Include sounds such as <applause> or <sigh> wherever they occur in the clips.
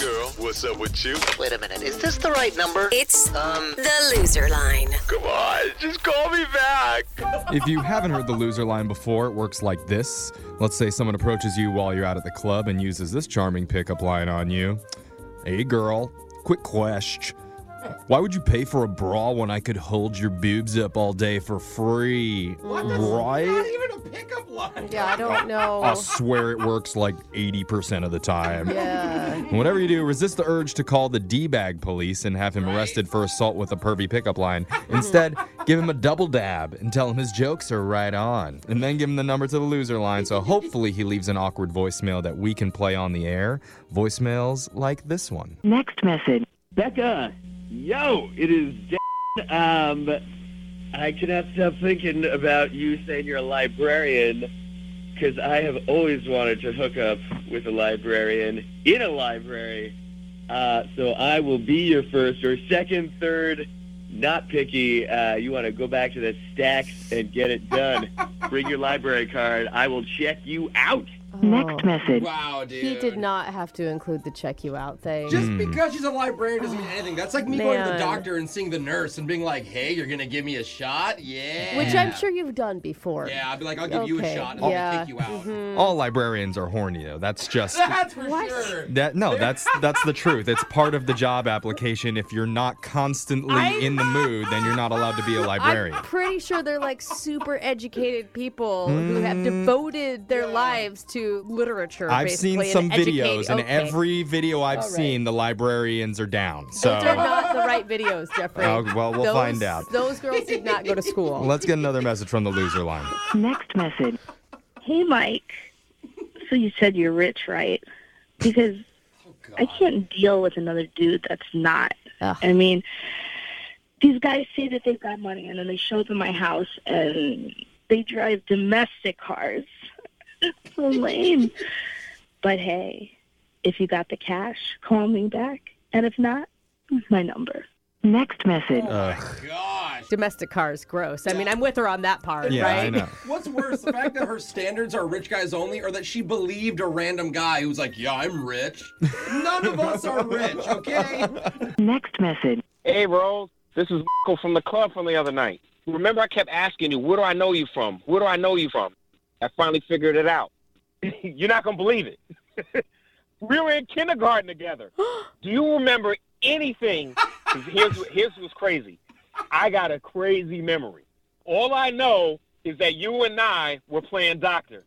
girl? What's up with you? Wait a minute, is this the right number? It's Um, the loser line. Come on, just call me back. If you haven't heard the loser line before, it works like this. Let's say someone approaches you while you're out at the club and uses this charming pickup line on you. Hey, girl, quick question. Why would you pay for a bra when I could hold your boobs up all day for free? Not Right? even a pickup line. Yeah, I don't I know. swear it works like 80% of the time. Yeah. Whatever you do, resist the urge to call the D bag police and have him arrested for assault with a pervy pickup line. Instead, give him a double dab and tell him his jokes are right on. And then give him the number to the loser line so hopefully he leaves an awkward voicemail that we can play on the air. Voicemails like this one. Next message. Becca, yo, it is Dan. Um, I cannot stop thinking about you saying you're a librarian because I have always wanted to hook up with a librarian in a library. Uh, so I will be your first or second, third, not picky. Uh, you want to go back to the stacks and get it done. Bring your library card. I will check you out. Next Oh. message. Wow, dude. He did not have to include the check you out thing. Just Hmm. because she's a librarian doesn't mean anything. That's like me going to the Man. doctor and seeing the nurse and being like, "Hey, you're gonna give me a shot?" Yeah. Which I'm sure you've done before. Yeah, I'd be like, "I'll give you a Okay, shot and I'll yeah. Mm-hmm. kick you out." All librarians are horny though. That's just <laughs> That's for What? sure. that no, that's that's the truth. It's part of the job application. If you're not constantly in the mood, then you're not allowed to be a librarian. I'm pretty sure they're like super educated people who have devoted their lives to literature. Mm. I've seen basically, some and educate- videos, and okay. every video I've All right. seen, the librarians are down. Those are So not the right videos, Jeffrey. Oh, well, we'll Those- find out. Those girls did not go to school. <laughs> let's get another message from the loser <laughs> line. Next message. Hey, Mike. So you said you're rich, right? Because I can't deal with another dude that's not. Ugh. I mean, these guys say that they've got money, and then they show up in my house, and they drive domestic cars. <laughs> so lame. But hey, if you got the cash, call me back. And if not, my number. Next message. Ugh. Oh, Gosh. Domestic cars, gross. I mean, I'm with her on that part, Yeah, right? I know. What's worse, the fact that her standards are rich guys only, or that she believed a random guy who's like, "Yeah, I'm rich." None of us are rich, okay? Next message. Hey, Rose, this is from the club from the other night. Remember, I kept asking you, where do I know you from? Where do I know you from? I finally figured it out. <laughs> You're not going to believe it. <laughs> we were in kindergarten together. do you remember anything? 'Cause Here's, what- here's what's crazy. I got a crazy memory. All I know is that you and I were playing doctor.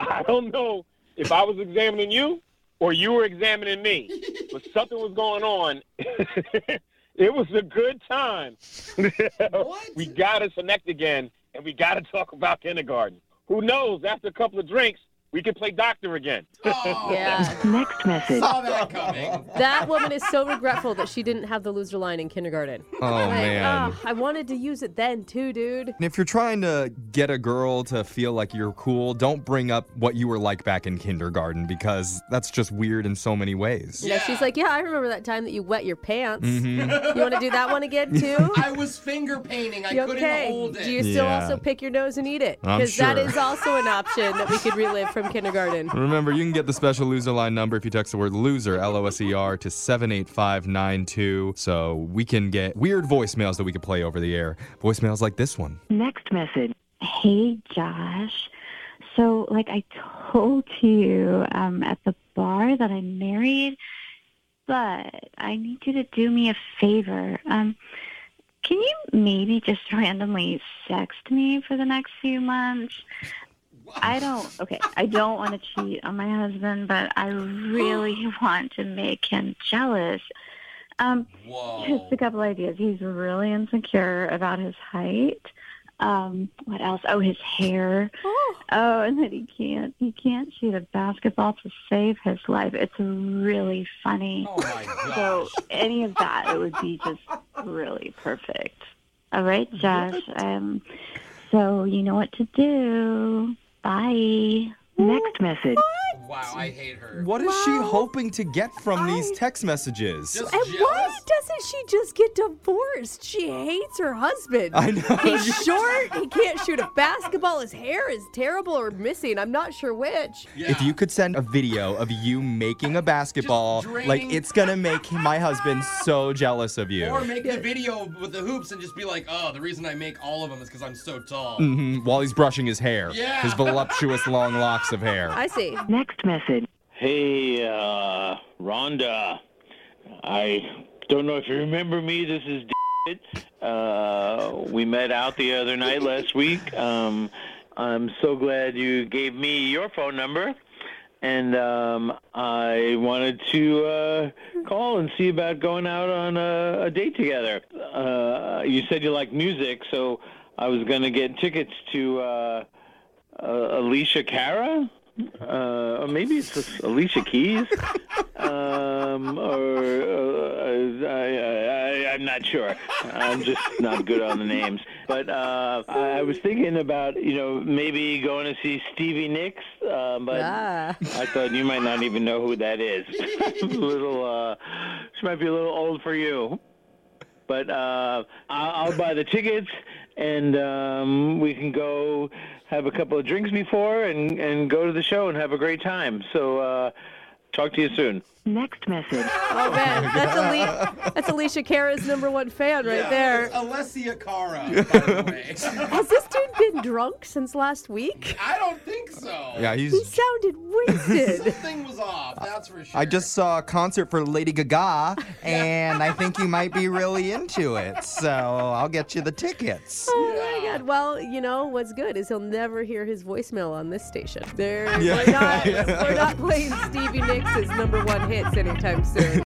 I don't know if I was examining you or you were examining me, but something was going on. <laughs> it was a good time. <laughs> What? we got to connect again, and we got to talk about kindergarten. Who knows? After a couple of drinks, we could play doctor again. Oh, Yeah. Next message. saw that coming. That woman is so regretful that she didn't have the loser line in kindergarten. Oh Like, man. ugh, I wanted to use it then too, dude. And if you're trying to get a girl to feel like you're cool, don't bring up what you were like back in kindergarten because that's just weird in so many ways. Yeah. she's like, yeah, I remember that time that you wet your pants. You want to do that one again too? Mm-hmm. <laughs> I was finger painting. I You couldn't okay? hold it. Do you still Yeah. also pick your nose and eat it? I'm Because that sure. is also an option that we could relive <laughs> from kindergarten. Remember, you can get the special loser line number if you text the word loser, L O S E R, to 78592 so we can get weird voicemails that we could play over the air. Voicemails like this one. Next message. Hey, Josh. So, like I told you um, at the bar that I'm married, but I need you to do me a favor. Um, can you maybe just randomly sext me for the next few months? I don't, okay, I don't want to cheat on my husband, but I really want to make him jealous. Um, just a Whoa. couple ideas. He's really insecure about his height. Um, what else? Oh, his hair. Oh, Oh, and that he can't he can't shoot a basketball to save his life. It's really funny. Oh my So gosh. any of that, it would be just really perfect. All right, Josh. Um, so you know what to do. Bye. Next message. Wow, I hate her. What is she Well, hoping to get from these I- text messages? Just And why jealous? doesn't she just get divorced? She hates her husband. <laughs> I know. He's <laughs> short. He can't shoot a basketball. His hair is terrible or missing. I'm not sure which. Yeah. If you could send a video of you making a basketball, like draining- it's gonna <laughs> make my husband so jealous of you. Or make the video with the hoops and just be like, oh, the reason I make all of them is because I'm so tall. Mhm, while he's brushing his hair, Yeah. his voluptuous long locks of hair. <laughs> I see. Next message. Hey, uh, Rhonda. I don't know if you remember me. This is David. Uh, we met out the other night last week. Um, I'm so glad you gave me your phone number. And um, I wanted to uh, call and see about going out on a, a date together. Uh, you said you like music, so I was going to get tickets to uh, uh, Alicia Cara, uh, or maybe it's just Alicia Keys, um, or uh, I, I, I, I'm not sure. I'm just not good on the names. But uh, I was thinking about you know maybe going to see Stevie Nicks, uh, but Ah. I thought you might not even know who that is. <laughs> little, uh, she might be a little old for you. But uh, I'll, I'll buy the tickets, and um, we can go have a couple of drinks before, and and go to the show and have a great time. So, uh, talk to you soon. Next message. Oh man, that's Ali- that's Alicia Cara's number one fan right Yeah, there. it's Alessia <laughs> Cara, by the way. <laughs> Has this dude been drunk since last week? I don't think so. yeah, He he's. sounded <laughs> wasted. <laughs> Something was off, that's for sure. I just saw a concert for Lady <laughs> Gaga, and I think you might be really into it. So I'll get you the tickets. Oh my God! Well, you know what's good is he'll never hear his voicemail on this station. There, <laughs> Yeah. we're, not, we're not playing Stevie Nicks' number one hits anytime soon.